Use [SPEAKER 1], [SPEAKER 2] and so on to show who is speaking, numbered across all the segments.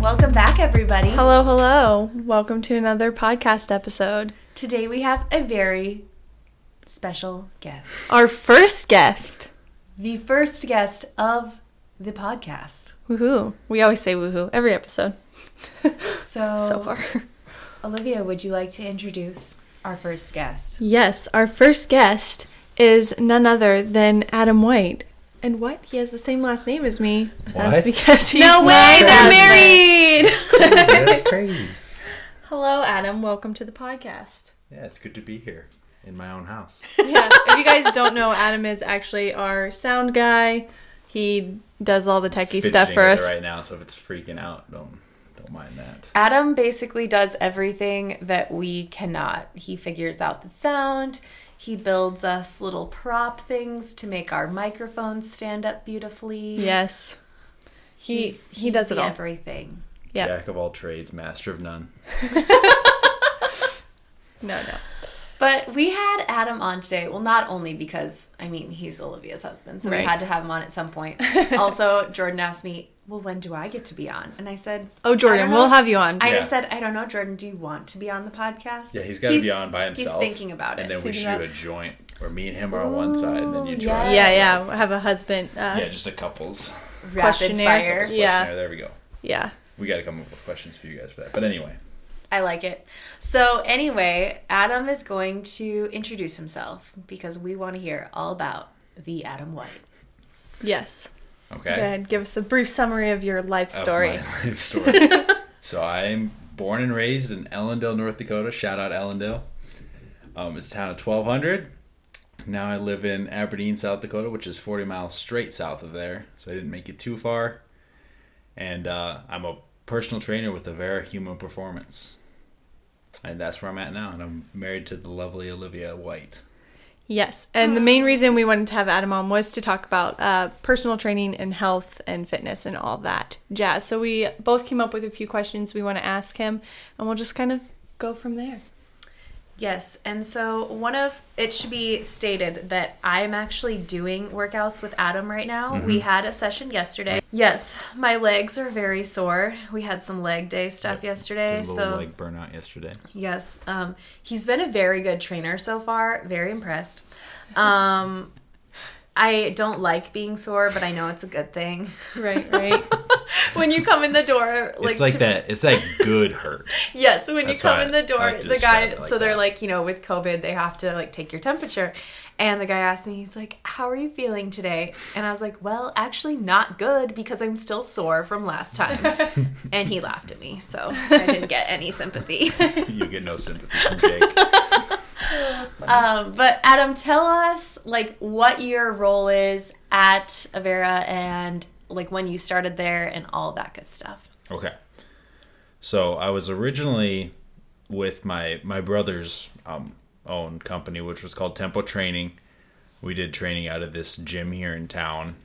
[SPEAKER 1] Welcome back, everybody.
[SPEAKER 2] Hello, hello. Welcome to another podcast episode.
[SPEAKER 1] Today we have a very special guest.
[SPEAKER 2] Our first guest.
[SPEAKER 1] The first guest of the podcast.
[SPEAKER 2] Woohoo. We always say woohoo every episode
[SPEAKER 1] So,
[SPEAKER 2] so far.
[SPEAKER 1] Olivia, would you like to introduce our first guest?
[SPEAKER 2] Yes, our first guest is none other than Adam White. And what? He has the same last name as me. That's
[SPEAKER 3] What?
[SPEAKER 2] because he's
[SPEAKER 1] No way,
[SPEAKER 2] my
[SPEAKER 1] they're
[SPEAKER 2] husband.
[SPEAKER 1] married!
[SPEAKER 3] That's crazy.
[SPEAKER 2] Hello, Adam. Welcome to the podcast.
[SPEAKER 3] Yeah, it's good to be here in my own house.
[SPEAKER 2] yeah. If you guys don't know, Adam is actually our sound guy. He does all the techie stuff
[SPEAKER 3] Fidgeting
[SPEAKER 2] for
[SPEAKER 3] with it
[SPEAKER 2] us.
[SPEAKER 3] right now, so if it's freaking out, don't don't mind that.
[SPEAKER 1] Adam basically does everything that we cannot. He figures out the sound. He builds us little prop things to make our microphones stand up beautifully.
[SPEAKER 2] Yes. He
[SPEAKER 1] He's-
[SPEAKER 2] he
[SPEAKER 1] he's
[SPEAKER 2] does
[SPEAKER 1] the
[SPEAKER 2] it all.
[SPEAKER 1] Everything.
[SPEAKER 2] Yeah.
[SPEAKER 3] Jack of all trades, master of none.
[SPEAKER 2] No, no.
[SPEAKER 1] But we had Adam on today. Well, not only because I mean he's Olivia's husband, so we
[SPEAKER 2] Right.
[SPEAKER 1] had to have him on at some point. also, Jordan asked me, "Well, when do I get to be on?" And I said,
[SPEAKER 2] Oh,
[SPEAKER 1] I
[SPEAKER 2] Jordan,
[SPEAKER 1] don't know.
[SPEAKER 2] we'll have you on.
[SPEAKER 1] I
[SPEAKER 3] Yeah.
[SPEAKER 1] just said, "I don't know, Jordan. Do you want to be on the podcast?"
[SPEAKER 3] Yeah, he's got to be on by himself.
[SPEAKER 1] He's thinking about it.
[SPEAKER 3] And then we
[SPEAKER 2] Thinking
[SPEAKER 3] shoot
[SPEAKER 2] about-
[SPEAKER 3] a joint where me and him are on one side, and then you
[SPEAKER 1] Ooh,
[SPEAKER 3] two
[SPEAKER 1] yes.
[SPEAKER 3] are
[SPEAKER 2] yeah, yeah. we'll have a husband. Uh,
[SPEAKER 3] yeah, just a couples.
[SPEAKER 1] Rapid
[SPEAKER 2] Questionnaire.
[SPEAKER 1] fire.
[SPEAKER 2] Yeah.
[SPEAKER 3] questionnaire. There we go.
[SPEAKER 2] yeah.
[SPEAKER 3] We got to come up with questions for you guys for that. But anyway,
[SPEAKER 1] I like it. So anyway, Adam is going to introduce himself because we want to hear all about the Adam White.
[SPEAKER 2] Yes.
[SPEAKER 3] okay.
[SPEAKER 2] Go ahead. Give us a brief summary of your life
[SPEAKER 3] of
[SPEAKER 2] story.
[SPEAKER 3] my life story. so I'm born and raised in Ellendale, North Dakota. Shout out Ellendale. Um, it's a town of 1,200. Now I live in Aberdeen, South Dakota, which is 40 miles straight south of there. So I didn't make it too far. And uh, I'm a personal trainer with Avera Human Performance. And that's where I'm at now. And I'm married to the lovely Olivia White.
[SPEAKER 2] Yes. And the main reason we wanted to have Adam on was to talk about uh, personal training and health and fitness and all that jazz. So we both came up with a few questions we want to ask him, and we'll just kind of go from there.
[SPEAKER 1] Yes, and so one of it should be stated that I'm actually doing workouts with Adam right now. We
[SPEAKER 3] Mm-hmm.
[SPEAKER 1] had a session yesterday. Yes, my legs are very sore. We had some leg day stuff yesterday,
[SPEAKER 3] Did a
[SPEAKER 1] so
[SPEAKER 3] little like burnout yesterday.
[SPEAKER 1] yes, um, he's been a very good trainer so far. Very impressed. Um, I don't like being sore, but I know it's a good thing.
[SPEAKER 2] Right, right.
[SPEAKER 1] when you come in the door, like,
[SPEAKER 3] it's like
[SPEAKER 1] to-
[SPEAKER 3] that. It's that good hurt.
[SPEAKER 1] Yes, when you
[SPEAKER 3] That's
[SPEAKER 1] come
[SPEAKER 3] why
[SPEAKER 1] in the
[SPEAKER 3] I
[SPEAKER 1] door,
[SPEAKER 3] like to
[SPEAKER 1] the
[SPEAKER 3] describe
[SPEAKER 1] guy,
[SPEAKER 3] it like
[SPEAKER 1] so they're
[SPEAKER 3] that.
[SPEAKER 1] like, you know, with COVID, they have to like take your temperature. And the guy asked me, he's like, How are you feeling today? And I was like, Well, actually, not good because I'm still sore from last time. and he laughed at me, so I didn't get any sympathy.
[SPEAKER 3] you get no sympathy from Jake.
[SPEAKER 1] um, but Adam, tell us like what your role is at Avera and like when you started there and all that good stuff.
[SPEAKER 3] Okay. So I was originally with my my brother's um, own company, which was called Tempo Training. We did training out of this gym here in town.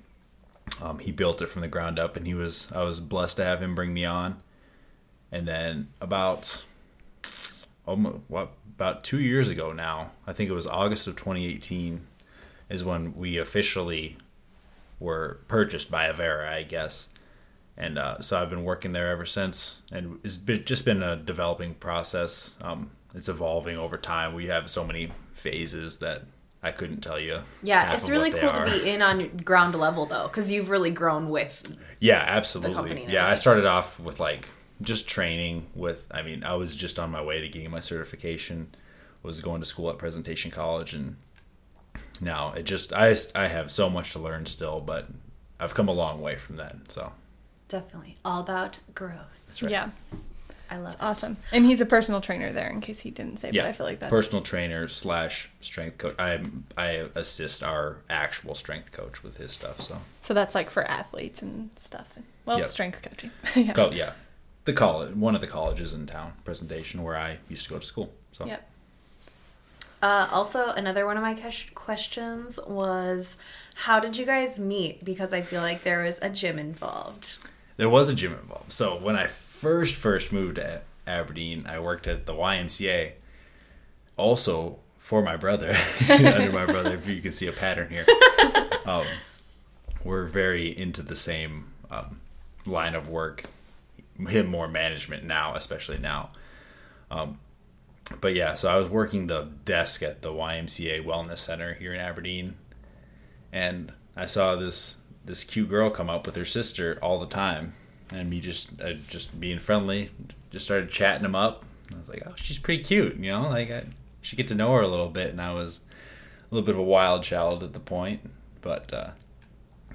[SPEAKER 3] Um, he built it from the ground up, and he was I was blessed to have him bring me on. And then about almost what about two years ago now, I think it was August of 2018, is when we officially were purchased by Avera, I guess and uh, so I've been working there ever since. And it's been, just been a developing process. Um, it's evolving over time. We have so many phases that I couldn't tell you.
[SPEAKER 1] Yeah,
[SPEAKER 3] half
[SPEAKER 1] it's
[SPEAKER 3] of
[SPEAKER 1] really
[SPEAKER 3] what they
[SPEAKER 1] cool to
[SPEAKER 3] are.
[SPEAKER 1] be in on ground level though, because you've really grown with
[SPEAKER 3] Yeah,
[SPEAKER 1] company
[SPEAKER 3] absolutely.
[SPEAKER 1] and
[SPEAKER 3] Yeah, I
[SPEAKER 1] everything.
[SPEAKER 3] started off with like just training with I mean, I was just on my way to getting my certification. Was going to school at Presentation College and now it just I I have so much to learn still, but I've come a long way from that. So,
[SPEAKER 1] definitely all about growth.
[SPEAKER 3] that's right.
[SPEAKER 2] Yeah.
[SPEAKER 1] I love it.
[SPEAKER 2] Awesome. And he's a personal trainer there, in case he didn't say, but I feel like that's
[SPEAKER 3] personal trainer slash strength coach. I I assist our actual strength coach with his stuff. So
[SPEAKER 2] So that's like for athletes and stuff. And, well,
[SPEAKER 3] Yep.
[SPEAKER 2] strength coaching. yeah.
[SPEAKER 3] go yeah, the college one of the colleges in town presentation where I used to go to school. So
[SPEAKER 2] Yep.
[SPEAKER 1] Uh, also, another one of my ques- questions was, how did you guys meet? Because I feel like there was a gym involved.
[SPEAKER 3] there was a gym involved. So when I first first moved to Aberdeen, I worked at the YMCA, also for my brother under my brother. If you can see a pattern here, um, we're very into the same um, line of work. hit more management now, especially now. Um, but yeah, so I was working the desk at the YMCA Wellness Center here in Aberdeen, and I saw this this cute girl come up with her sister all the time, and me just I just being friendly, just started chatting them up. I was like, oh, she's pretty cute, you know, like I should get to know her a little bit, and I was a little bit of a wild child at the point, but uh,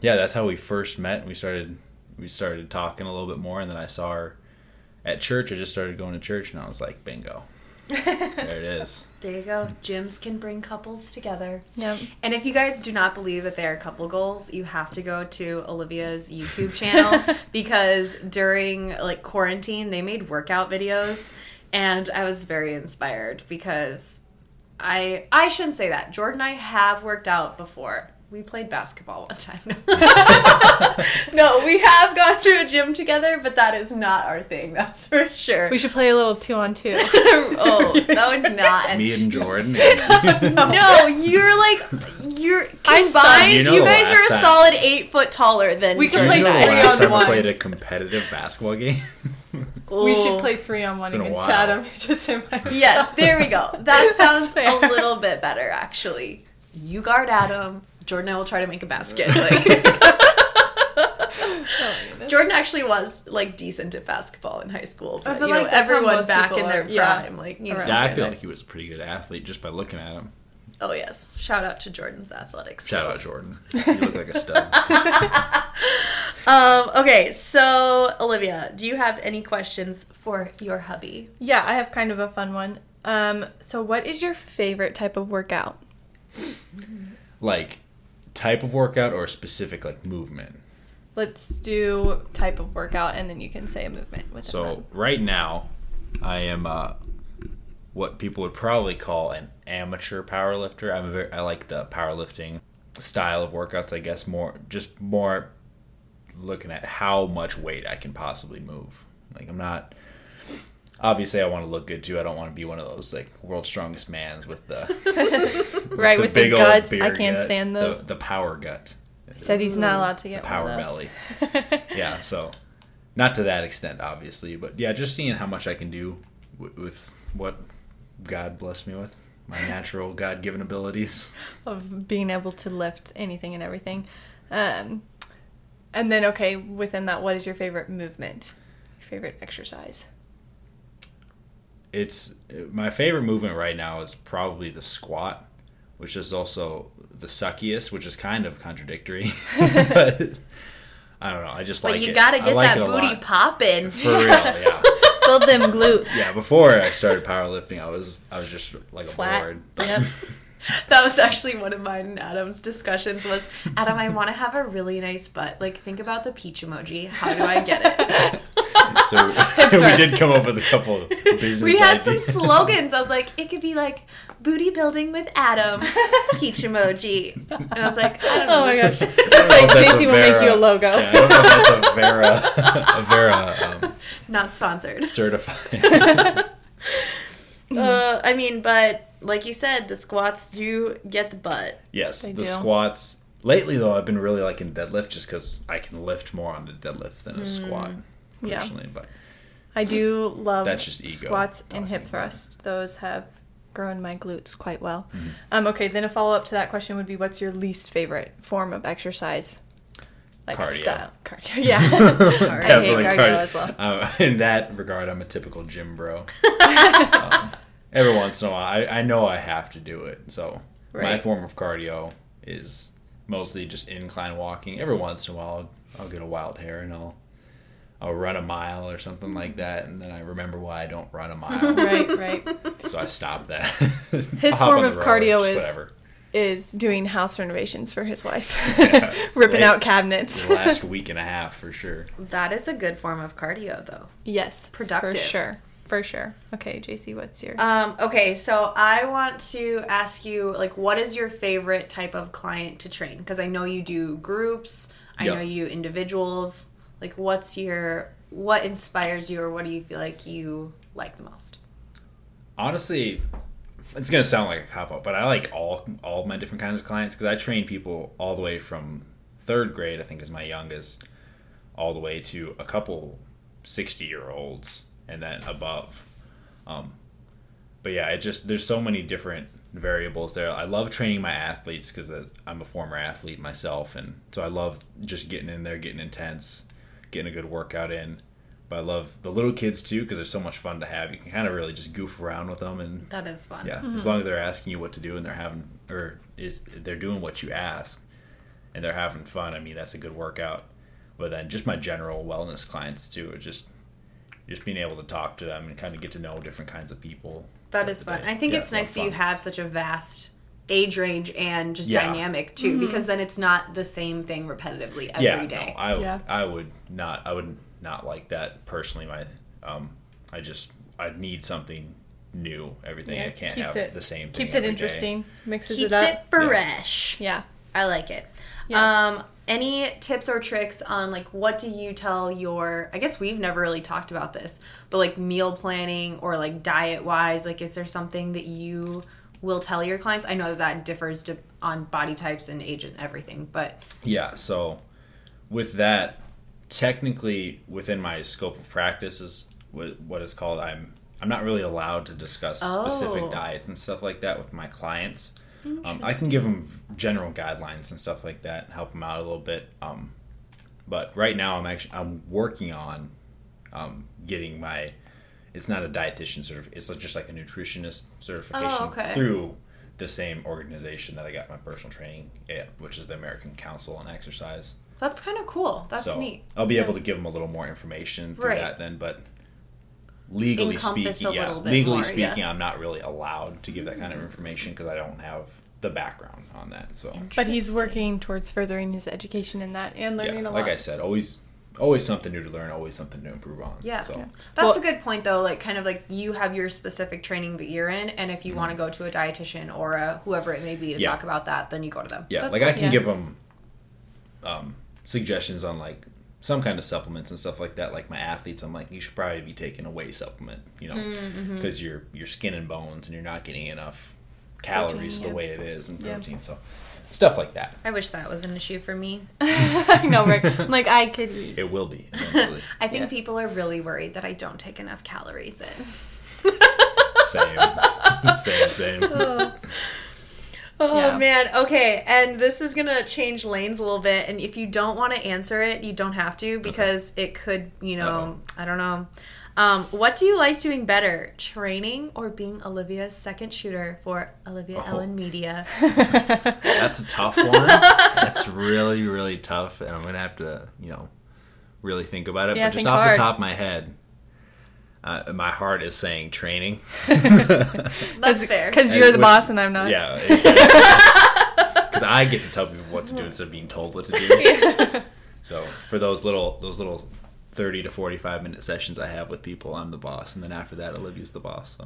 [SPEAKER 3] yeah, that's how we first met. We started we started talking a little bit more, and then I saw her at church. I just started going to church, and I was like, bingo, there it is.
[SPEAKER 1] There you go. Gyms can bring couples together.
[SPEAKER 2] Yep.
[SPEAKER 1] And if you guys do not believe that there are couple goals, you have to go to Olivia's YouTube channel because during like quarantine, they made workout videos and I was very inspired because I I shouldn't say that. Jordan and I have worked out before. We played basketball one time. no, we have gone to a gym together, but that is not our thing. That's for sure.
[SPEAKER 2] We should play a little two on two.
[SPEAKER 1] oh, that would not end
[SPEAKER 3] Me and Jordan.
[SPEAKER 1] no, you're like you're
[SPEAKER 2] I
[SPEAKER 1] combined.
[SPEAKER 3] You
[SPEAKER 1] You,
[SPEAKER 3] know the
[SPEAKER 1] guys
[SPEAKER 3] last
[SPEAKER 1] are a
[SPEAKER 3] time-
[SPEAKER 1] solid eight foot taller than
[SPEAKER 2] We
[SPEAKER 1] we
[SPEAKER 2] could
[SPEAKER 1] could.
[SPEAKER 3] Do
[SPEAKER 2] play
[SPEAKER 3] you know the
[SPEAKER 2] three
[SPEAKER 3] last
[SPEAKER 2] on
[SPEAKER 3] time I
[SPEAKER 2] one.
[SPEAKER 3] played a competitive basketball game?
[SPEAKER 2] we should play three on one
[SPEAKER 3] been a
[SPEAKER 2] against
[SPEAKER 3] while.
[SPEAKER 2] Adam. Just in my
[SPEAKER 1] Yes, there we go. That
[SPEAKER 2] That's
[SPEAKER 1] sounds a
[SPEAKER 2] fair.
[SPEAKER 1] little bit better, actually. You guard Adam. Jordan and I will try to make a basket. Like,
[SPEAKER 2] Oh, goodness.
[SPEAKER 1] Jordan actually was like decent at basketball in high school, but,
[SPEAKER 2] I feel
[SPEAKER 1] you know,
[SPEAKER 2] like that's how
[SPEAKER 1] everyone
[SPEAKER 2] most
[SPEAKER 1] back
[SPEAKER 2] people
[SPEAKER 1] in their
[SPEAKER 2] are. Yeah.
[SPEAKER 1] prime, like you know.
[SPEAKER 2] Around
[SPEAKER 3] yeah, I feel like he was a pretty good athlete just by looking at him.
[SPEAKER 1] Oh yes, shout out to Jordan's athletics.
[SPEAKER 3] Shout out Jordan. You look like a stud.
[SPEAKER 1] Um, okay, so Olivia, do you have any questions for your hubby?
[SPEAKER 2] Yeah, I have kind of a fun one. Um, so what is your favorite type of workout?
[SPEAKER 3] like type of workout or specific like movement.
[SPEAKER 2] Let's do type of workout, and then you can say a movement. Within that.
[SPEAKER 3] So right now, I am uh, what people would probably call an amateur powerlifter. I'm a very, I like the powerlifting style of workouts. I guess more just more looking at how much weight I can possibly move. Like I'm not. Obviously, I want to look good too. I don't want to be one of those like world's strongest man's with the,
[SPEAKER 2] right with the
[SPEAKER 3] big old
[SPEAKER 2] guts, I
[SPEAKER 3] beer
[SPEAKER 2] can't
[SPEAKER 3] gut,
[SPEAKER 2] stand
[SPEAKER 3] the-
[SPEAKER 2] those.
[SPEAKER 3] The, power gut,
[SPEAKER 2] Said he's not allowed to get one
[SPEAKER 3] power
[SPEAKER 2] of those.
[SPEAKER 3] belly. yeah so not to that extent obviously but yeah just seeing how much i can do w- with what god blessed me with my natural god-given abilities
[SPEAKER 2] of being able to lift anything and everything. Um, and then, okay, within that, what is your favorite movement? Your favorite exercise?
[SPEAKER 3] it's my favorite movement right now is probably the squat which is also the suckiest which is kind of contradictory but i don't know i just
[SPEAKER 1] But
[SPEAKER 3] like
[SPEAKER 1] you
[SPEAKER 3] it.
[SPEAKER 1] gotta
[SPEAKER 3] I
[SPEAKER 1] get
[SPEAKER 3] like it
[SPEAKER 1] that
[SPEAKER 3] a
[SPEAKER 1] booty
[SPEAKER 3] lot.
[SPEAKER 1] poppin'.
[SPEAKER 3] for real yeah
[SPEAKER 2] Build them glutes.
[SPEAKER 3] yeah before i started powerlifting i was i was just like a
[SPEAKER 2] Flat.
[SPEAKER 3] board
[SPEAKER 2] Yep.
[SPEAKER 1] That was actually one of mine and Adam's discussions was Adam, I want to have a really nice butt. Like think about the peach emoji. How do I get it?
[SPEAKER 3] so we did come up with a couple of business
[SPEAKER 1] we had some
[SPEAKER 3] ideas.
[SPEAKER 1] slogans. I was like, it could be like booty building with
[SPEAKER 2] Um,
[SPEAKER 1] Adam, peach emoji. And I was like, I don't know.
[SPEAKER 2] Oh my gosh.
[SPEAKER 3] Just
[SPEAKER 2] like Casey will make you a logo.
[SPEAKER 3] I don't know if that's a Vera, a Vera um,
[SPEAKER 1] Not sponsored.
[SPEAKER 3] certified.
[SPEAKER 1] Uh, I mean, but like you said, the squats do get the butt.
[SPEAKER 3] yes,
[SPEAKER 2] They
[SPEAKER 3] the
[SPEAKER 2] do.
[SPEAKER 3] squats. Lately, though, I've been really liking deadlift just because I can lift more on the deadlift than a squat,
[SPEAKER 2] Mm. yeah.
[SPEAKER 3] personally. But
[SPEAKER 2] I do love
[SPEAKER 3] That's just ego Oh,
[SPEAKER 2] squats and hip thrusts. Those have grown my glutes quite well.
[SPEAKER 3] Mm-hmm.
[SPEAKER 2] Um, okay, then a follow up to that question would be what's your least favorite form of exercise? Like
[SPEAKER 3] Cardio.
[SPEAKER 2] style. Cardio. Yeah.
[SPEAKER 3] definitely
[SPEAKER 2] cardio
[SPEAKER 3] cardio.
[SPEAKER 2] as well.
[SPEAKER 3] Um, in that regard, I'm a typical gym bro. um, every once in a while, I, I know I have to do it. So my
[SPEAKER 2] Right.
[SPEAKER 3] form of cardio is mostly just incline walking. Every once in a while, I'll, I'll get a wild hair and I'll I'll run a mile or something
[SPEAKER 2] Mm-hmm.
[SPEAKER 3] like that, and then I remember why I don't run a mile,
[SPEAKER 2] right, right.
[SPEAKER 3] so I stop that.
[SPEAKER 2] His
[SPEAKER 3] Hop
[SPEAKER 2] form
[SPEAKER 3] on the
[SPEAKER 2] of
[SPEAKER 3] rower,
[SPEAKER 2] cardio
[SPEAKER 3] just
[SPEAKER 2] is-
[SPEAKER 3] whatever.
[SPEAKER 2] Is doing house renovations for his wife,
[SPEAKER 3] Yeah.
[SPEAKER 2] ripping
[SPEAKER 3] Right.
[SPEAKER 2] out cabinets.
[SPEAKER 3] The last week and a half for sure.
[SPEAKER 1] That is a good form of cardio, though.
[SPEAKER 2] Yes,
[SPEAKER 1] Productive.
[SPEAKER 2] for sure, for sure. Okay, JC, what's your?
[SPEAKER 1] Um, okay, so I want to ask you, like, what is your favorite type of client to train? Because I know you do groups, I
[SPEAKER 3] Yeah.
[SPEAKER 1] know you do individuals. Like, what's your, what inspires you, or what do you feel like you like the most?
[SPEAKER 3] honestly it's gonna sound like a cop out but i like all all of my different kinds of clients because i train people all the way from third grade i think is my youngest all the way to a couple 60 year olds and then above. Um, but yeah, it just there's so many different variables there. I love training my athletes because I'm a former athlete myself, and so I love just getting in there, getting intense, getting a good workout in. But I love the little kids too because they're so much fun to have. You can kind of really just goof around with them, and
[SPEAKER 1] That is fun.
[SPEAKER 3] yeah,
[SPEAKER 2] Mm-hmm.
[SPEAKER 3] as long as they're asking you what to do and they're having or is they're doing what you ask, and they're having fun. I mean, that's a good workout. But then just my general wellness clients too, it's just just being able to talk to them and kind of get to know different kinds of people.
[SPEAKER 1] That is fun. I think
[SPEAKER 3] Yeah,
[SPEAKER 1] it's
[SPEAKER 3] a lot
[SPEAKER 1] nice
[SPEAKER 3] of
[SPEAKER 1] that you
[SPEAKER 3] fun.
[SPEAKER 1] have such a vast age range and just
[SPEAKER 3] Yeah.
[SPEAKER 1] dynamic too, because then it's not the same thing repetitively every day.
[SPEAKER 3] yeah, No, I,
[SPEAKER 2] Yeah.
[SPEAKER 3] I would not. I would not like that personally. My, um, I just I need something new. Everything I can't have the same. Thing
[SPEAKER 2] Keeps it
[SPEAKER 3] every day.
[SPEAKER 2] interesting. Mixes
[SPEAKER 1] Keeps
[SPEAKER 2] it up.
[SPEAKER 1] it fresh.
[SPEAKER 2] Yeah.
[SPEAKER 1] I like it.
[SPEAKER 2] Yeah.
[SPEAKER 1] Um, any tips or tricks on like what do you tell your? I guess we've never really talked about this, but like meal planning or like diet wise, like is there something that you will tell your clients? I know that that differs to, on body types and age and everything, but
[SPEAKER 3] Yeah. So, with that, technically within my scope of practice is wh- what is called. I'm I'm not really allowed to discuss
[SPEAKER 1] Oh.
[SPEAKER 3] specific diets and stuff like that with my clients. Um, I can give them general guidelines and stuff like that, help them out a little bit. Um, but right now, I'm actually I'm working on um, getting my. It's not a dietitian certif. It's just like a nutritionist certification
[SPEAKER 1] Oh, okay.
[SPEAKER 3] through the same organization that I got my personal training at, which is the American Council on Exercise.
[SPEAKER 1] that's kind of cool. That's
[SPEAKER 3] so
[SPEAKER 1] neat.
[SPEAKER 3] I'll be able to give them a little more information through
[SPEAKER 1] Right.
[SPEAKER 3] that then, but legally
[SPEAKER 1] Encompass
[SPEAKER 3] speaking,
[SPEAKER 1] a
[SPEAKER 3] yeah,
[SPEAKER 1] little bit
[SPEAKER 3] legally
[SPEAKER 1] more, yeah.
[SPEAKER 3] speaking, I'm not really allowed to give that kind of information because I don't have the background on that. So
[SPEAKER 2] But he's working towards furthering his education in that and
[SPEAKER 3] yeah,
[SPEAKER 2] learning a lot.
[SPEAKER 3] like I said, always always something new to learn, always something to improve on.
[SPEAKER 1] Yeah.
[SPEAKER 3] So
[SPEAKER 1] That's
[SPEAKER 2] Well-
[SPEAKER 1] a good point though, like kind of like you have your specific training that you're in and if you want to go to a dietitian or a whoever it may be to
[SPEAKER 3] Mm-hmm. Yeah.
[SPEAKER 1] talk about that, then you go to them.
[SPEAKER 3] Yeah,
[SPEAKER 2] That's
[SPEAKER 3] like
[SPEAKER 2] cool.
[SPEAKER 3] I can
[SPEAKER 2] Yeah.
[SPEAKER 3] give them um, suggestions on like some kind of supplements and stuff like that. Like my athletes, I'm like, you should probably be taking a whey supplement, you know,
[SPEAKER 2] Mm-hmm.
[SPEAKER 3] because your your skin and bones, and you're not getting enough calories
[SPEAKER 2] yeah.
[SPEAKER 3] the way it is and
[SPEAKER 2] Yeah.
[SPEAKER 3] protein, so stuff like that.
[SPEAKER 1] I wish that was an issue for me.
[SPEAKER 2] I know, right? I'm like I could eat.
[SPEAKER 3] It will be. eventually.
[SPEAKER 1] I think
[SPEAKER 2] Yeah.
[SPEAKER 1] people are really worried that I don't take enough calories in.
[SPEAKER 3] same, same, same.
[SPEAKER 1] Oh
[SPEAKER 2] Yeah.
[SPEAKER 1] man, okay, and this is gonna change lanes a little bit, and if you don't want to answer it, you don't have to because it could, you know, I don't know. Um, what do you like doing better, training or being Olivia's second shooter for Olivia
[SPEAKER 3] Oh.
[SPEAKER 1] Ellen Media?
[SPEAKER 3] That's a tough one. That's really, really tough, and I'm gonna have to, you know, really think about it.
[SPEAKER 2] Yeah,
[SPEAKER 3] but just
[SPEAKER 2] think
[SPEAKER 3] off
[SPEAKER 2] hard.
[SPEAKER 3] the top of my head, uh, my heart is saying training.
[SPEAKER 1] That's fair.
[SPEAKER 2] Because
[SPEAKER 3] And
[SPEAKER 2] you're the
[SPEAKER 3] which-
[SPEAKER 2] boss and I'm not.
[SPEAKER 3] Yeah, because I get to tell people what to do instead of being told what to do. so for those little those little thirty to forty five minute sessions I have with people, I'm the boss, and then after that, Olivia's the boss. So.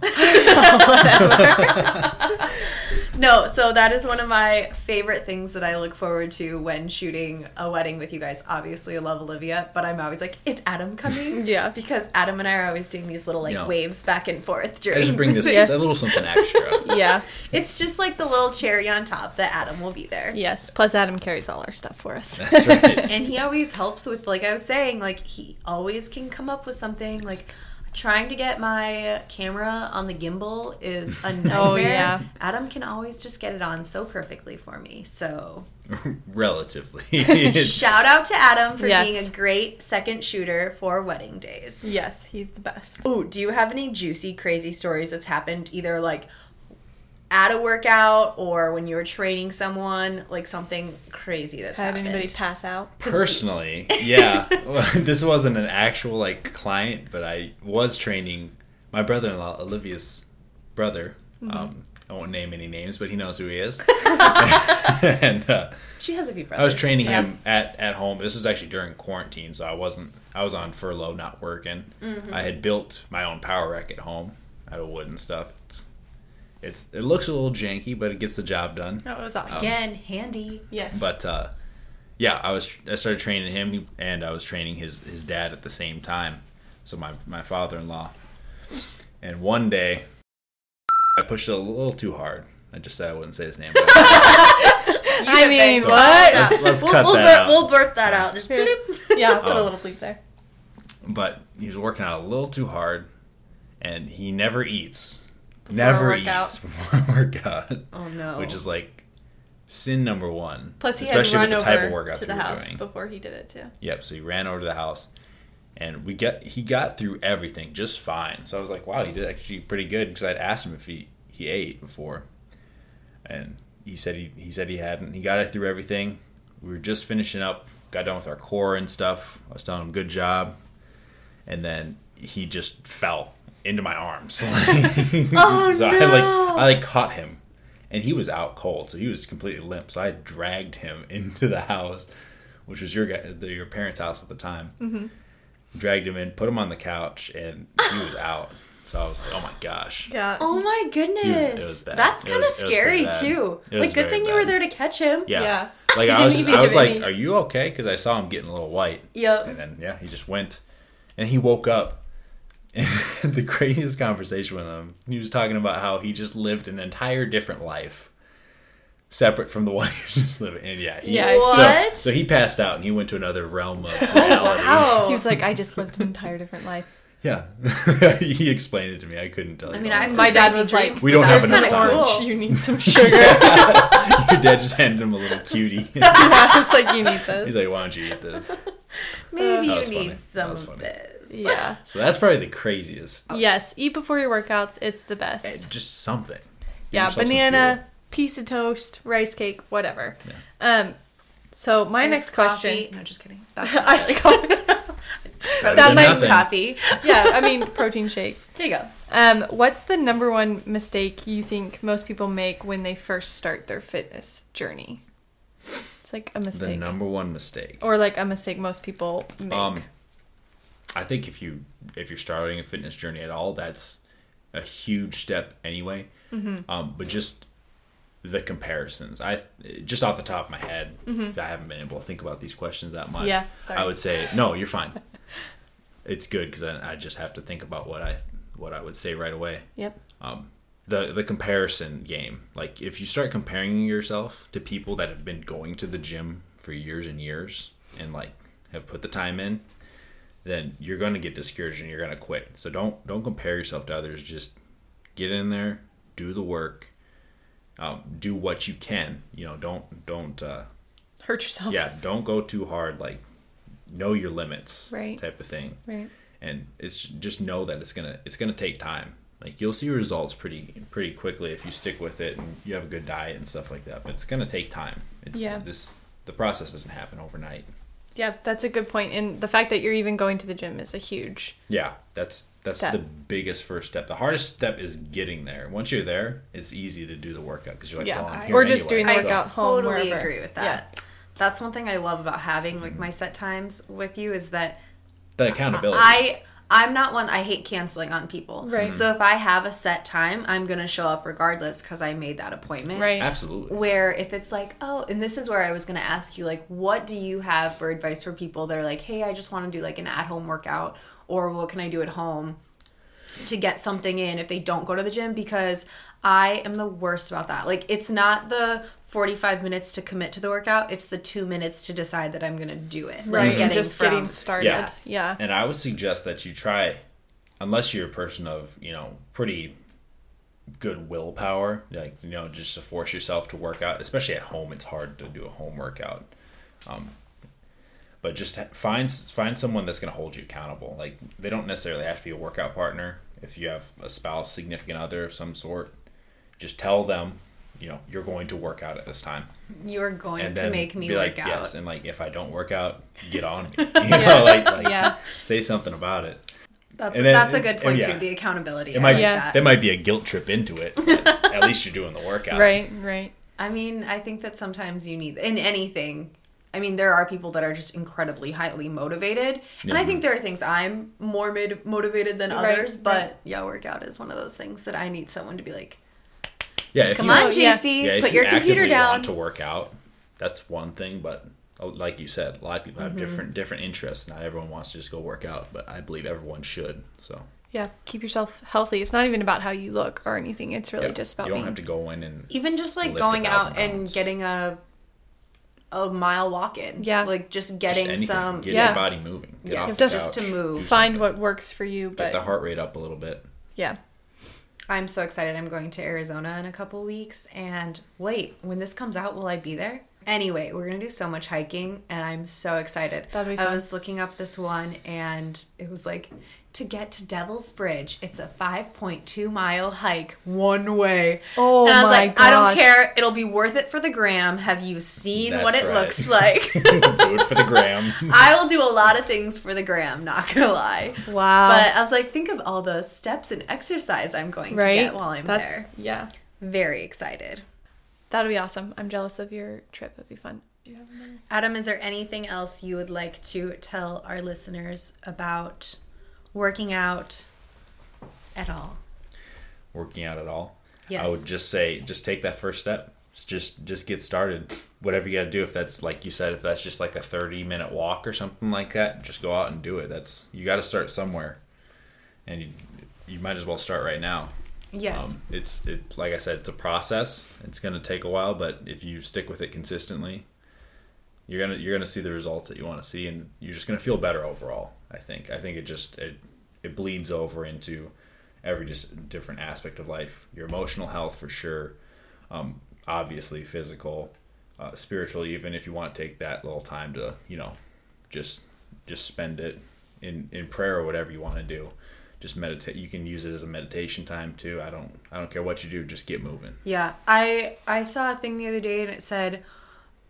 [SPEAKER 1] No, so that is one of my favorite things that I look forward to when shooting a wedding with you guys. Obviously, I love Olivia, but I'm always like, is Adam coming?
[SPEAKER 2] Yeah.
[SPEAKER 1] Because Adam and I are always doing these little like
[SPEAKER 3] Yeah.
[SPEAKER 1] waves back and forth
[SPEAKER 3] I
[SPEAKER 1] during
[SPEAKER 3] just bring this
[SPEAKER 2] Yes.
[SPEAKER 3] a little something extra.
[SPEAKER 2] Yeah.
[SPEAKER 1] It's just like the little cherry on top that Adam will be there.
[SPEAKER 2] Yes. Plus, Adam carries all our stuff for us.
[SPEAKER 3] That's right.
[SPEAKER 1] And he always helps with, like I was saying, like he always can come up with something. Like trying to get my camera on the gimbal is a nightmare.
[SPEAKER 2] Oh, yeah.
[SPEAKER 1] Adam can always just get it on so perfectly for me. So
[SPEAKER 3] Relatively.
[SPEAKER 1] shout out to Adam for
[SPEAKER 2] Yes.
[SPEAKER 1] being a great second shooter for wedding days.
[SPEAKER 2] Yes, he's the best.
[SPEAKER 1] Ooh, do you have any juicy, crazy stories that's happened either like at a workout or when you were training someone, like something crazy that's
[SPEAKER 2] Had
[SPEAKER 1] happened?
[SPEAKER 2] anybody pass out?
[SPEAKER 3] personally yeah this wasn't an actual like client but i was training my brother-in-law olivia's brother um, i won't name any names but he knows who he is and uh,
[SPEAKER 1] she has a few brothers.
[SPEAKER 3] i was training
[SPEAKER 2] Yeah.
[SPEAKER 3] him at, at home this was actually during quarantine so i wasn't i was on furlough not working i had built my own power rack at home out of wood and stuff it's, it's it looks a little janky but it gets the job done
[SPEAKER 2] No, it was
[SPEAKER 3] um,
[SPEAKER 2] awesome.
[SPEAKER 1] Again, handy.
[SPEAKER 2] yes.
[SPEAKER 3] Oh, but uh, yeah, I was I started training him, and I was training his his dad at the same time. So my my father in law. And one day, I pushed it a little too hard. I just said I wouldn't say his name. But
[SPEAKER 2] I mean,
[SPEAKER 3] so
[SPEAKER 2] what?
[SPEAKER 3] Let's, let's
[SPEAKER 1] we'll,
[SPEAKER 3] cut
[SPEAKER 1] we'll,
[SPEAKER 3] that
[SPEAKER 1] bur- we'll
[SPEAKER 3] out.
[SPEAKER 1] burp that out. Just
[SPEAKER 2] Yeah,
[SPEAKER 1] bloop.
[SPEAKER 2] yeah put a
[SPEAKER 3] Um,
[SPEAKER 2] little bleep there.
[SPEAKER 3] but he was working out a little too hard, and he never eats. never
[SPEAKER 2] a workout.
[SPEAKER 3] eats before a workout,
[SPEAKER 1] Oh no.
[SPEAKER 3] which is like sin number one.
[SPEAKER 2] Plus, he had run over to the house before he did it too.
[SPEAKER 3] Yep. So he ran over to the house, and we got he got through everything just fine. So I was like, wow, he did actually pretty good because I'd asked him if he he ate before, and he said he he said he hadn't. He got it through everything. We were just finishing up, got done with our core and stuff. I was telling him good job, and then he just fell into my arms.
[SPEAKER 2] Oh
[SPEAKER 3] so
[SPEAKER 2] no!
[SPEAKER 3] I like I like caught him, and he was out cold, so he was completely limp. So I dragged him into the house, which was your guy, the, your parents' house at the time. Mm-hmm. Dragged him in, put him on the couch, and he was out. So I was like, oh my gosh.
[SPEAKER 2] yeah.
[SPEAKER 1] Oh my goodness.
[SPEAKER 3] It was- it was bad.
[SPEAKER 1] That's
[SPEAKER 3] It
[SPEAKER 1] kind of
[SPEAKER 3] was- it was
[SPEAKER 1] scary
[SPEAKER 3] bad.
[SPEAKER 1] too.
[SPEAKER 3] It was
[SPEAKER 1] Like good
[SPEAKER 3] very
[SPEAKER 1] thing you were
[SPEAKER 3] bad.
[SPEAKER 1] there to catch him.
[SPEAKER 3] Yeah.
[SPEAKER 2] Yeah.
[SPEAKER 3] Like I
[SPEAKER 2] He didn't
[SPEAKER 3] was,
[SPEAKER 2] even
[SPEAKER 3] I was
[SPEAKER 2] do
[SPEAKER 3] like,
[SPEAKER 2] anything.
[SPEAKER 3] are you okay? Because I saw him getting a little white.
[SPEAKER 1] Yep.
[SPEAKER 3] And then yeah, he just went, and he woke up. And the craziest conversation with him, he was talking about how he just lived an entire different life, separate from the one he was just living. And yeah, he,
[SPEAKER 2] Yeah.
[SPEAKER 3] so-
[SPEAKER 1] What?
[SPEAKER 3] So, he passed out and he went to another realm of reality.
[SPEAKER 2] He was like, I just lived an entire different life.
[SPEAKER 3] Yeah, he explained it to me. I couldn't tell.
[SPEAKER 1] I
[SPEAKER 3] you
[SPEAKER 1] mean,
[SPEAKER 3] all.
[SPEAKER 1] I'm
[SPEAKER 2] My dad was
[SPEAKER 1] Surprising
[SPEAKER 2] like,
[SPEAKER 3] We don't have
[SPEAKER 2] "There's
[SPEAKER 3] enough
[SPEAKER 2] an
[SPEAKER 3] time."
[SPEAKER 2] orange. You need some sugar.
[SPEAKER 3] your dad just handed him a little cutie.
[SPEAKER 2] I was like, you need
[SPEAKER 3] He's
[SPEAKER 2] this.
[SPEAKER 3] like, "Why don't you eat this?"
[SPEAKER 1] Maybe
[SPEAKER 3] That
[SPEAKER 1] you
[SPEAKER 3] was funny.
[SPEAKER 1] need
[SPEAKER 3] That
[SPEAKER 1] some
[SPEAKER 3] was
[SPEAKER 1] of
[SPEAKER 3] funny.
[SPEAKER 1] this.
[SPEAKER 2] Yeah.
[SPEAKER 3] So that's probably the craziest.
[SPEAKER 2] Yes. Eat before your workouts. It's the best.
[SPEAKER 3] And just something. Give
[SPEAKER 2] yeah.
[SPEAKER 3] yourself some
[SPEAKER 2] Banana, piece of toast, rice cake, whatever. Um. So my
[SPEAKER 1] Iced
[SPEAKER 2] next
[SPEAKER 1] coffee-
[SPEAKER 2] question.
[SPEAKER 1] No, just kidding. That's not
[SPEAKER 2] Iced coffee.
[SPEAKER 3] fuel. Better
[SPEAKER 2] that
[SPEAKER 3] than
[SPEAKER 2] might-
[SPEAKER 3] nothing.
[SPEAKER 1] coffee.
[SPEAKER 2] yeah. I mean, protein shake.
[SPEAKER 1] There you go.
[SPEAKER 2] Um, what's the number one mistake you think most people make when they first start their fitness journey? It's like a
[SPEAKER 3] The
[SPEAKER 2] mistake,
[SPEAKER 3] number one mistake.
[SPEAKER 2] or like a mistake most people make.
[SPEAKER 3] Um, I think if you if you're starting a fitness journey at all, that's a huge step anyway.
[SPEAKER 2] Mm-hmm.
[SPEAKER 3] Um, but just the comparisons, I just off the top of my head, I haven't been able to think about these questions that much.
[SPEAKER 2] Mm-hmm. Yeah, sorry.
[SPEAKER 3] I would say no. You're fine. it's good because I, I just have to think about what I what I would say right away
[SPEAKER 2] yep.
[SPEAKER 3] the the comparison game. Like if you start comparing yourself to people that have been going to the gym for years and years and like have put the time in, then you're going to get discouraged and you're going to quit. So don't don't compare yourself to others. Just get in there, do the work, um, do what you can. You know, don't don't uh,
[SPEAKER 2] Hurt yourself.
[SPEAKER 3] yeah, don't go too hard. Like know your limits,
[SPEAKER 2] Right.
[SPEAKER 3] Type of thing
[SPEAKER 2] Right.
[SPEAKER 3] and it's just know that it's gonna it's gonna take time like you'll see results pretty pretty quickly if you stick with it and you have a good diet and stuff like that but it's gonna take time it's
[SPEAKER 2] Yeah.
[SPEAKER 3] this the process doesn't happen overnight
[SPEAKER 2] Yeah, that's a good point. And the fact that you're even going to the gym is a huge.
[SPEAKER 3] yeah that's that's
[SPEAKER 2] Step.
[SPEAKER 3] the biggest first step the hardest step is getting there once you're there it's easy to do the workout because you're like
[SPEAKER 2] Yeah.
[SPEAKER 3] well, I'm
[SPEAKER 2] I-
[SPEAKER 3] here
[SPEAKER 2] Or just
[SPEAKER 3] anyway.
[SPEAKER 2] doing the
[SPEAKER 3] So-
[SPEAKER 2] workout. home,
[SPEAKER 1] totally
[SPEAKER 2] wherever.
[SPEAKER 1] agree with that. That's one thing I love about having like my set times with you is that
[SPEAKER 3] the accountability
[SPEAKER 1] I I'm not one I hate canceling on people.
[SPEAKER 2] Right.
[SPEAKER 1] So if I have a set time, I'm gonna show up regardless because I made that appointment.
[SPEAKER 2] Right.
[SPEAKER 3] absolutely
[SPEAKER 1] Where if it's like, oh, and this is where I was gonna ask you, like, what do you have for advice for people that are like, hey, I just want to do like an at home workout, or what can I do at home to get something in if they don't go to the gym? Because I am the worst about that. Like, it's not the 45 minutes to commit to the workout; it's the two minutes to decide that I'm gonna do it. Like,
[SPEAKER 2] Right. and
[SPEAKER 1] getting
[SPEAKER 2] just
[SPEAKER 1] from-
[SPEAKER 2] getting started.
[SPEAKER 3] Yeah.
[SPEAKER 2] Yeah.
[SPEAKER 3] and i would suggest that you try unless you're a person of you know pretty good willpower like you know just to force yourself to work out especially at home it's hard to do a home workout um, but just ha- find find someone that's going to hold you accountable like they don't necessarily have to be a workout partner if you have a spouse significant other of some sort just tell them you know you're going to work out at this time
[SPEAKER 1] You're going
[SPEAKER 3] and
[SPEAKER 1] to
[SPEAKER 3] then
[SPEAKER 1] make me
[SPEAKER 3] be
[SPEAKER 1] work
[SPEAKER 3] like
[SPEAKER 1] out.
[SPEAKER 3] yes and like if i don't work out get on me you know like, like
[SPEAKER 2] Yeah.
[SPEAKER 3] say something about it
[SPEAKER 1] That's
[SPEAKER 3] And then-
[SPEAKER 1] that's a
[SPEAKER 3] and-
[SPEAKER 1] good
[SPEAKER 3] and
[SPEAKER 1] point
[SPEAKER 3] yeah.
[SPEAKER 1] too. The accountability.
[SPEAKER 3] It might
[SPEAKER 1] I like
[SPEAKER 3] be,
[SPEAKER 2] Yeah.
[SPEAKER 3] that
[SPEAKER 1] that.
[SPEAKER 3] might be a guilt trip into it. But at least you're doing the workout.
[SPEAKER 2] Right. Right.
[SPEAKER 1] I mean, I think that sometimes you need in anything. I mean, there are people that are just incredibly highly motivated, and I think there are things I'm more mid- motivated than
[SPEAKER 2] Right,
[SPEAKER 1] others. But yeah, workout is one of those things that I need someone to be like,
[SPEAKER 3] Yeah. If
[SPEAKER 1] "Come
[SPEAKER 3] you,
[SPEAKER 1] on,
[SPEAKER 2] Oh, yeah.
[SPEAKER 1] JC,
[SPEAKER 3] yeah, if
[SPEAKER 1] put
[SPEAKER 3] you
[SPEAKER 1] your computer
[SPEAKER 3] actively
[SPEAKER 1] down."
[SPEAKER 3] Want to work out, that's one thing. But oh, like you said, a lot of people
[SPEAKER 2] Mm-hmm.
[SPEAKER 3] have different different interests. Not everyone wants to just go work out, but I believe everyone should. So
[SPEAKER 2] Yeah. Keep yourself healthy. It's not even about how you look or anything. It's really
[SPEAKER 3] yeah,
[SPEAKER 2] just about
[SPEAKER 3] you don't
[SPEAKER 2] being
[SPEAKER 3] have to go in and
[SPEAKER 1] Even just like
[SPEAKER 3] Lift a
[SPEAKER 1] going out
[SPEAKER 3] thousand
[SPEAKER 1] and
[SPEAKER 3] pounds.
[SPEAKER 1] getting a a mile walk in.
[SPEAKER 2] Yeah.
[SPEAKER 1] Like just getting
[SPEAKER 3] Just anything.
[SPEAKER 1] some
[SPEAKER 3] Get
[SPEAKER 2] yeah.
[SPEAKER 3] your body moving. Get
[SPEAKER 1] Yes.
[SPEAKER 3] off the
[SPEAKER 2] Just
[SPEAKER 3] couch.
[SPEAKER 1] to move.
[SPEAKER 3] Do
[SPEAKER 2] Find
[SPEAKER 3] something.
[SPEAKER 2] what works for you,
[SPEAKER 3] Get the
[SPEAKER 2] but
[SPEAKER 3] heart rate up a little bit.
[SPEAKER 2] yeah.
[SPEAKER 1] I'm so excited. I'm going to Arizona in a couple weeks. And wait, when this comes out, will I be there? Anyway, we're going to do so much hiking, and I'm so excited.
[SPEAKER 2] That'll be
[SPEAKER 1] I
[SPEAKER 2] fun.
[SPEAKER 1] was looking up this one, and it was like, to get to Devil's Bridge, it's a 5.2 mile hike one way.
[SPEAKER 2] Oh
[SPEAKER 1] and I was
[SPEAKER 2] my
[SPEAKER 1] like, I don't
[SPEAKER 2] gosh.
[SPEAKER 1] care. It'll be worth it for the gram. Have you seen what
[SPEAKER 3] That's
[SPEAKER 1] it
[SPEAKER 3] right.
[SPEAKER 1] looks like?
[SPEAKER 3] Do it for the gram.
[SPEAKER 1] I will do a lot of things for the gram, not going to lie.
[SPEAKER 2] Wow.
[SPEAKER 1] But I was like, think of all the steps and exercise I'm going
[SPEAKER 2] right?
[SPEAKER 1] to get while I'm
[SPEAKER 2] That's-
[SPEAKER 1] there.
[SPEAKER 2] Yeah.
[SPEAKER 1] Very excited.
[SPEAKER 2] That'll be awesome. I'm jealous of your trip. It'd be fun. Do you have another?
[SPEAKER 1] Adam, is there anything else you would like to tell our listeners about working out at all?
[SPEAKER 3] Working out at all.
[SPEAKER 1] Yes.
[SPEAKER 3] I would just say, just take that first step. It's Just, just get started. Whatever you got to do, if that's like you said, if that's just like a thirty-minute walk or something like that, just go out and do it. That's you got to start somewhere, and you, you might as well start right now.
[SPEAKER 1] Yes.
[SPEAKER 3] Um, it's it like I said, it's a process. It's gonna take a while, but if you stick with it consistently, you're gonna you're gonna see the results that you want to see, and you're just gonna feel better overall. I think. I think it just it it bleeds over into every just different aspect of life. Your emotional health for sure, um, obviously physical, uh, spiritual. Even if you want to take that little time to you know just just spend it in in prayer or whatever you want to do just meditate you can use it as a meditation time too i don't i don't care what you do just get moving
[SPEAKER 1] yeah. I I saw a thing the other day and it said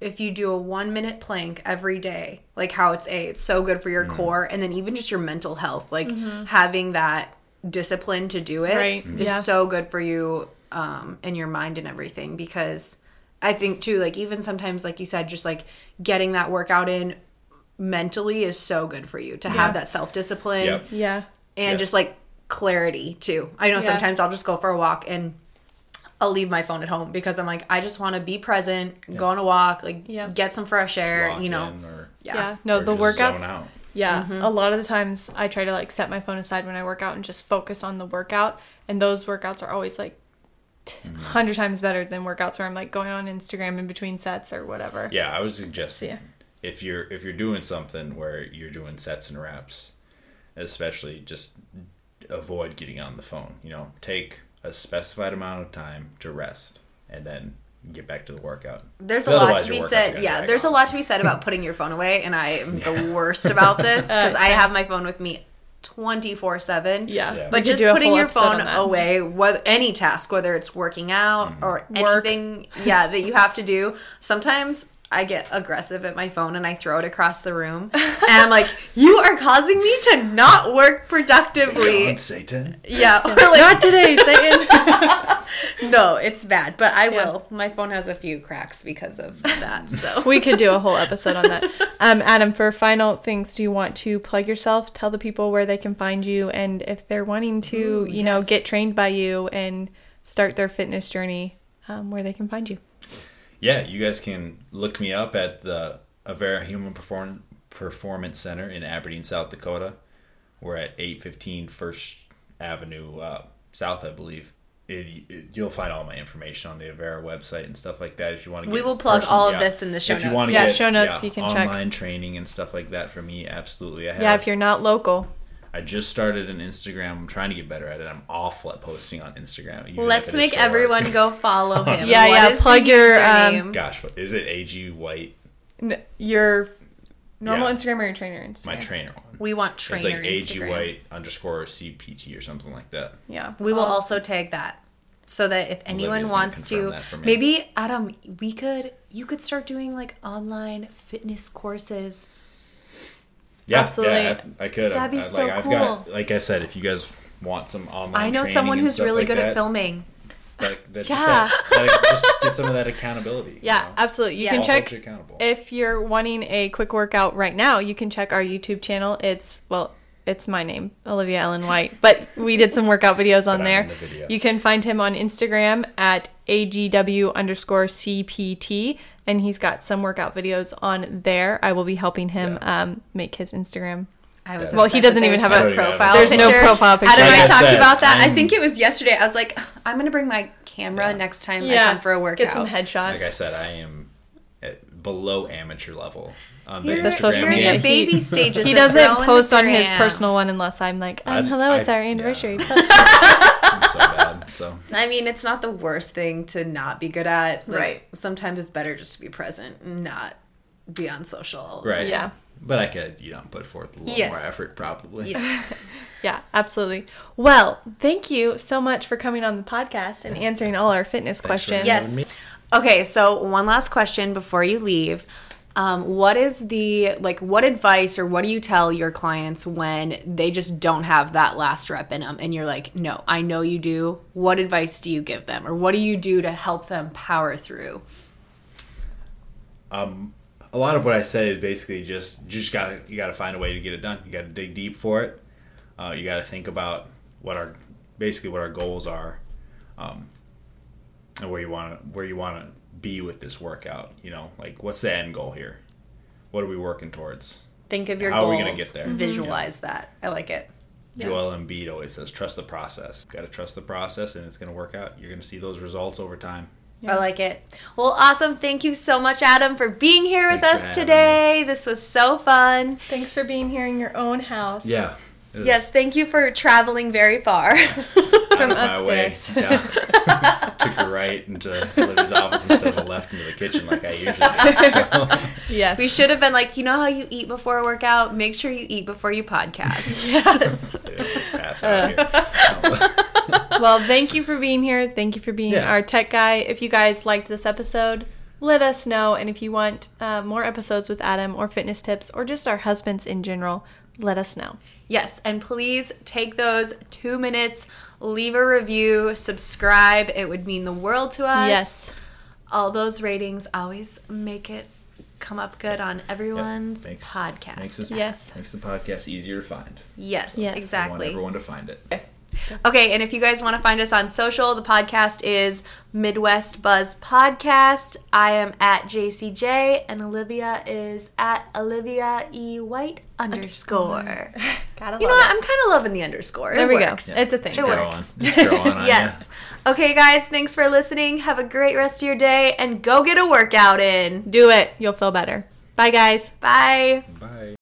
[SPEAKER 1] if you do a 1 minute plank every day, like how it's a it's so good for your core and then even just your mental health, like having that discipline to do it
[SPEAKER 2] Mm-hmm. Right.
[SPEAKER 1] is
[SPEAKER 2] Yeah.
[SPEAKER 1] so good for you um and your mind and everything because I think too like even sometimes like you said just like getting that workout in mentally is so good for you to have that self discipline
[SPEAKER 3] Yep.
[SPEAKER 2] Yeah.
[SPEAKER 1] and
[SPEAKER 3] Yeah.
[SPEAKER 1] just like clarity too. I know
[SPEAKER 2] Yeah.
[SPEAKER 1] sometimes I'll just go for a walk and I'll leave my phone at home because I'm like I just want to be present, go on a walk, like
[SPEAKER 2] Yeah.
[SPEAKER 1] get some fresh air,
[SPEAKER 3] Lock
[SPEAKER 1] you know.
[SPEAKER 3] in or-
[SPEAKER 1] Yeah.
[SPEAKER 2] No,
[SPEAKER 3] or
[SPEAKER 2] the
[SPEAKER 3] just zone
[SPEAKER 2] workouts.
[SPEAKER 3] out.
[SPEAKER 2] Yeah, a lot of the times I try to like set my phone aside when I work out and just focus on the workout. And those workouts are always like t- 100 times better than workouts where I'm like going on Instagram in between sets or whatever.
[SPEAKER 3] yeah i was suggesting
[SPEAKER 2] Yeah.
[SPEAKER 3] if you're if you're doing something where you're doing sets and reps especially just avoid getting on the phone you know take a specified amount of time to rest and then get back to the workout
[SPEAKER 1] There's a
[SPEAKER 3] But
[SPEAKER 1] lot
[SPEAKER 3] otherwise
[SPEAKER 1] to be
[SPEAKER 3] your workouts are
[SPEAKER 1] said.
[SPEAKER 3] gonna
[SPEAKER 1] Yeah,
[SPEAKER 3] drag
[SPEAKER 1] there's a
[SPEAKER 3] on.
[SPEAKER 1] lot to be said about putting your phone away, and I am the worst about this
[SPEAKER 2] Uh,
[SPEAKER 1] because I have my phone with me 24 7.
[SPEAKER 2] Yeah. Yeah. We
[SPEAKER 1] But
[SPEAKER 2] could
[SPEAKER 1] just
[SPEAKER 2] do a
[SPEAKER 1] putting
[SPEAKER 2] whole
[SPEAKER 1] your
[SPEAKER 2] episode
[SPEAKER 1] phone
[SPEAKER 2] on that.
[SPEAKER 1] away, whether, any task, whether it's working out
[SPEAKER 3] Mm.
[SPEAKER 1] or
[SPEAKER 2] Work.
[SPEAKER 1] anything, yeah, that you have to do, sometimes. I get aggressive at my phone and I throw it across the room. And I'm like, you are causing me to not work productively.
[SPEAKER 3] God, satan
[SPEAKER 1] Yeah. Or like,
[SPEAKER 2] Not today, Satan.
[SPEAKER 1] no, it's bad, but I
[SPEAKER 2] Yeah.
[SPEAKER 1] will. My phone has a few cracks because of that. So
[SPEAKER 2] we could do a whole episode on that. Um, Adam, for final things, do you want to plug yourself? Tell the people where they can find you, and if they're wanting to,
[SPEAKER 1] Ooh,
[SPEAKER 2] you know,
[SPEAKER 1] yes.
[SPEAKER 2] get trained by you and start their fitness journey, um, where they can find you.
[SPEAKER 3] yeah, you guys can look me up at the Avera Human Perform- Performance Center in Aberdeen, South Dakota. We're at 815 First Avenue uh, South, I believe. It, it- you'll find all my information on the Avera website and stuff like that. If you want to,
[SPEAKER 1] We will plug all of this in the show notes.
[SPEAKER 3] wanna
[SPEAKER 2] Yeah, show notes you can
[SPEAKER 3] online
[SPEAKER 2] check.
[SPEAKER 3] training and stuff like that for me, absolutely. I have.
[SPEAKER 2] Yeah, if you're not local,
[SPEAKER 3] I just started an Instagram. I'm trying to get better at it. I'm awful at posting on Instagram. even
[SPEAKER 1] Let's
[SPEAKER 3] if it is
[SPEAKER 1] make
[SPEAKER 3] for work.
[SPEAKER 1] everyone go follow him.
[SPEAKER 2] Yeah,
[SPEAKER 1] What
[SPEAKER 2] yeah,
[SPEAKER 1] is the
[SPEAKER 2] plug your, um,
[SPEAKER 1] username?
[SPEAKER 3] Gosh, what, is it AG White?
[SPEAKER 2] n- your normal
[SPEAKER 3] Yeah.
[SPEAKER 2] Instagram or your trainer Instagram?
[SPEAKER 3] My trainer one.
[SPEAKER 1] we want trainer
[SPEAKER 3] it's like AG
[SPEAKER 1] Instagram.
[SPEAKER 3] White underscore CPT or something like that.
[SPEAKER 2] Yeah.
[SPEAKER 1] We will
[SPEAKER 2] I'll-
[SPEAKER 1] also tag that so that if anyone
[SPEAKER 3] Olivia's Um, gonna
[SPEAKER 1] wants
[SPEAKER 3] confirm
[SPEAKER 1] to,
[SPEAKER 3] that for me.
[SPEAKER 1] maybe Adam, we could you could start doing like online fitness courses.
[SPEAKER 3] Yeah,
[SPEAKER 2] Absolutely.
[SPEAKER 3] yeah, I, I could.
[SPEAKER 1] That'd be
[SPEAKER 3] I, I,
[SPEAKER 1] so
[SPEAKER 3] like,
[SPEAKER 1] cool.
[SPEAKER 3] I've got, like I said, if you guys want some online,
[SPEAKER 1] I know
[SPEAKER 3] training
[SPEAKER 1] someone
[SPEAKER 3] and
[SPEAKER 1] who's
[SPEAKER 3] stuff
[SPEAKER 1] really
[SPEAKER 3] like
[SPEAKER 1] good
[SPEAKER 3] that,
[SPEAKER 1] at filming.
[SPEAKER 3] Like, that,
[SPEAKER 2] Yeah.
[SPEAKER 3] just, that, that, just get some of that accountability. you
[SPEAKER 2] Yeah,
[SPEAKER 3] know?
[SPEAKER 2] absolutely. You
[SPEAKER 1] Yeah.
[SPEAKER 2] can
[SPEAKER 3] I'll hold
[SPEAKER 2] check
[SPEAKER 3] you accountable.
[SPEAKER 2] if you're wanting a quick workout right now. You can check our YouTube channel. It's well, it's my name, Olivia Ellen White, but we did some workout videos on
[SPEAKER 3] I'm
[SPEAKER 2] there.
[SPEAKER 3] in the video.
[SPEAKER 2] You can find him on Instagram at agw underscore cpt, and he's got some workout videos on there. I will be helping him um, make his Instagram.
[SPEAKER 1] I was
[SPEAKER 2] Well, he
[SPEAKER 1] obsessed
[SPEAKER 2] doesn't
[SPEAKER 1] that
[SPEAKER 2] even
[SPEAKER 1] there's
[SPEAKER 2] have
[SPEAKER 1] no
[SPEAKER 3] a-
[SPEAKER 1] profile.
[SPEAKER 3] There's no
[SPEAKER 1] picture.
[SPEAKER 2] profile picture.
[SPEAKER 1] Adam and
[SPEAKER 3] Like
[SPEAKER 1] I
[SPEAKER 3] I
[SPEAKER 1] talked
[SPEAKER 3] said,
[SPEAKER 1] about that. i
[SPEAKER 3] I'm-
[SPEAKER 1] think it was yesterday. I was like, "Ugh, I'm gonna bring my camera
[SPEAKER 3] Yeah.
[SPEAKER 1] next time I come for a workout.
[SPEAKER 2] Get some headshots.
[SPEAKER 3] like I said, I am. It, below amateur level on the
[SPEAKER 1] You're,
[SPEAKER 2] That's
[SPEAKER 3] Instagram
[SPEAKER 2] social
[SPEAKER 1] you're in
[SPEAKER 2] media.
[SPEAKER 1] the
[SPEAKER 3] game.
[SPEAKER 1] baby stages.
[SPEAKER 2] He
[SPEAKER 1] of
[SPEAKER 2] doesn't
[SPEAKER 1] growing
[SPEAKER 2] post
[SPEAKER 1] the
[SPEAKER 2] on his
[SPEAKER 1] gram.
[SPEAKER 2] personal one unless I'm like, um,
[SPEAKER 3] I-
[SPEAKER 2] hello,
[SPEAKER 3] I-
[SPEAKER 2] it's our
[SPEAKER 3] yeah.
[SPEAKER 2] anniversary.
[SPEAKER 3] I'm so bad. So
[SPEAKER 1] I mean, it's not the worst thing to not be good at. Like,
[SPEAKER 2] Right.
[SPEAKER 1] Sometimes it's better just to be present, and not be on social. all the
[SPEAKER 3] right.
[SPEAKER 1] time.
[SPEAKER 2] Yeah.
[SPEAKER 3] But I could, you know, put forth a little
[SPEAKER 1] Yes.
[SPEAKER 3] more effort probably.
[SPEAKER 1] Yeah.
[SPEAKER 2] Yeah, absolutely. Well, thank you so much for coming on the podcast and answering all our fitness
[SPEAKER 3] Thanks for
[SPEAKER 2] questions.
[SPEAKER 1] Yes.
[SPEAKER 3] having me.
[SPEAKER 1] Okay, so one last question before you leave. Um, what is the like? What advice or what do you tell your clients when they just don't have that last rep in them, and you're like, "No, I know you do." What advice do you give them, or what do you do to help them power through?
[SPEAKER 3] a lot of what I said is basically just you just gotta you gotta find a way to get it done. You gotta dig deep for it. Uh, you gotta think about what our basically what our goals are, um, and where you want to where you want to be with this workout. You know, like what's the end goal here? What are we working towards?
[SPEAKER 1] Think of your
[SPEAKER 3] How are
[SPEAKER 1] goals.
[SPEAKER 3] we gonna get there? Mhm.
[SPEAKER 1] Visualize that. I like it.
[SPEAKER 3] Joel Embiid always says, "Trust the process." Got to trust the process, and it's gonna work out. You're gonna see those results over time.
[SPEAKER 1] I like it. Well, awesome. Thank you so much, Adam, for being here with
[SPEAKER 3] Thanks for
[SPEAKER 1] us
[SPEAKER 3] having
[SPEAKER 1] today. This was so fun.
[SPEAKER 2] Thanks for being here in your own house.
[SPEAKER 3] Yeah.
[SPEAKER 1] Yes, thank you for traveling very far.
[SPEAKER 3] from
[SPEAKER 2] upstairs.
[SPEAKER 3] My way. Yeah. Took a right into Olivia's office instead of a left into the kitchen like I usually do. So,
[SPEAKER 2] Yes.
[SPEAKER 1] we should have been like, you know how you eat before a workout? Make sure you eat before you podcast. Uh.
[SPEAKER 2] Yes.
[SPEAKER 3] yeah, just pass out here.
[SPEAKER 2] well, thank you for being here. Thank you for being
[SPEAKER 3] Yeah.
[SPEAKER 2] our tech guy. If you guys liked this episode, let us know. And if you want uh, more episodes with Adam or fitness tips or just our husbands in general, let us know.
[SPEAKER 1] yes, and please take those two minutes, leave a review, subscribe. It would mean the world to us.
[SPEAKER 2] Yes.
[SPEAKER 1] All those ratings always make it come up good on everyone's
[SPEAKER 3] Makes-
[SPEAKER 1] podcast.
[SPEAKER 3] Makes, this,
[SPEAKER 2] Yes.
[SPEAKER 3] makes the podcast easier to find.
[SPEAKER 1] yes,
[SPEAKER 2] Yes.
[SPEAKER 3] I want
[SPEAKER 1] exactly.
[SPEAKER 3] everyone to find it.
[SPEAKER 1] Okay, and if you guys want to find us on social, the podcast is Midwest Buzz Podcast. I am at JCJ, and Olivia is at Olivia E White underscore.
[SPEAKER 2] Gotta love
[SPEAKER 1] You know what?
[SPEAKER 2] it.
[SPEAKER 1] I'm kind of loving the underscore.
[SPEAKER 2] There
[SPEAKER 1] it
[SPEAKER 2] we
[SPEAKER 1] works.
[SPEAKER 2] go. It's a thing.
[SPEAKER 1] It
[SPEAKER 3] Grow
[SPEAKER 1] works.
[SPEAKER 3] on. Just grow on, on
[SPEAKER 1] Yes. Okay, guys, thanks for listening. Have a great rest of your day, and go get a workout in.
[SPEAKER 2] Do it. You'll feel better. Bye, guys.
[SPEAKER 1] Bye.
[SPEAKER 3] ya. Bye.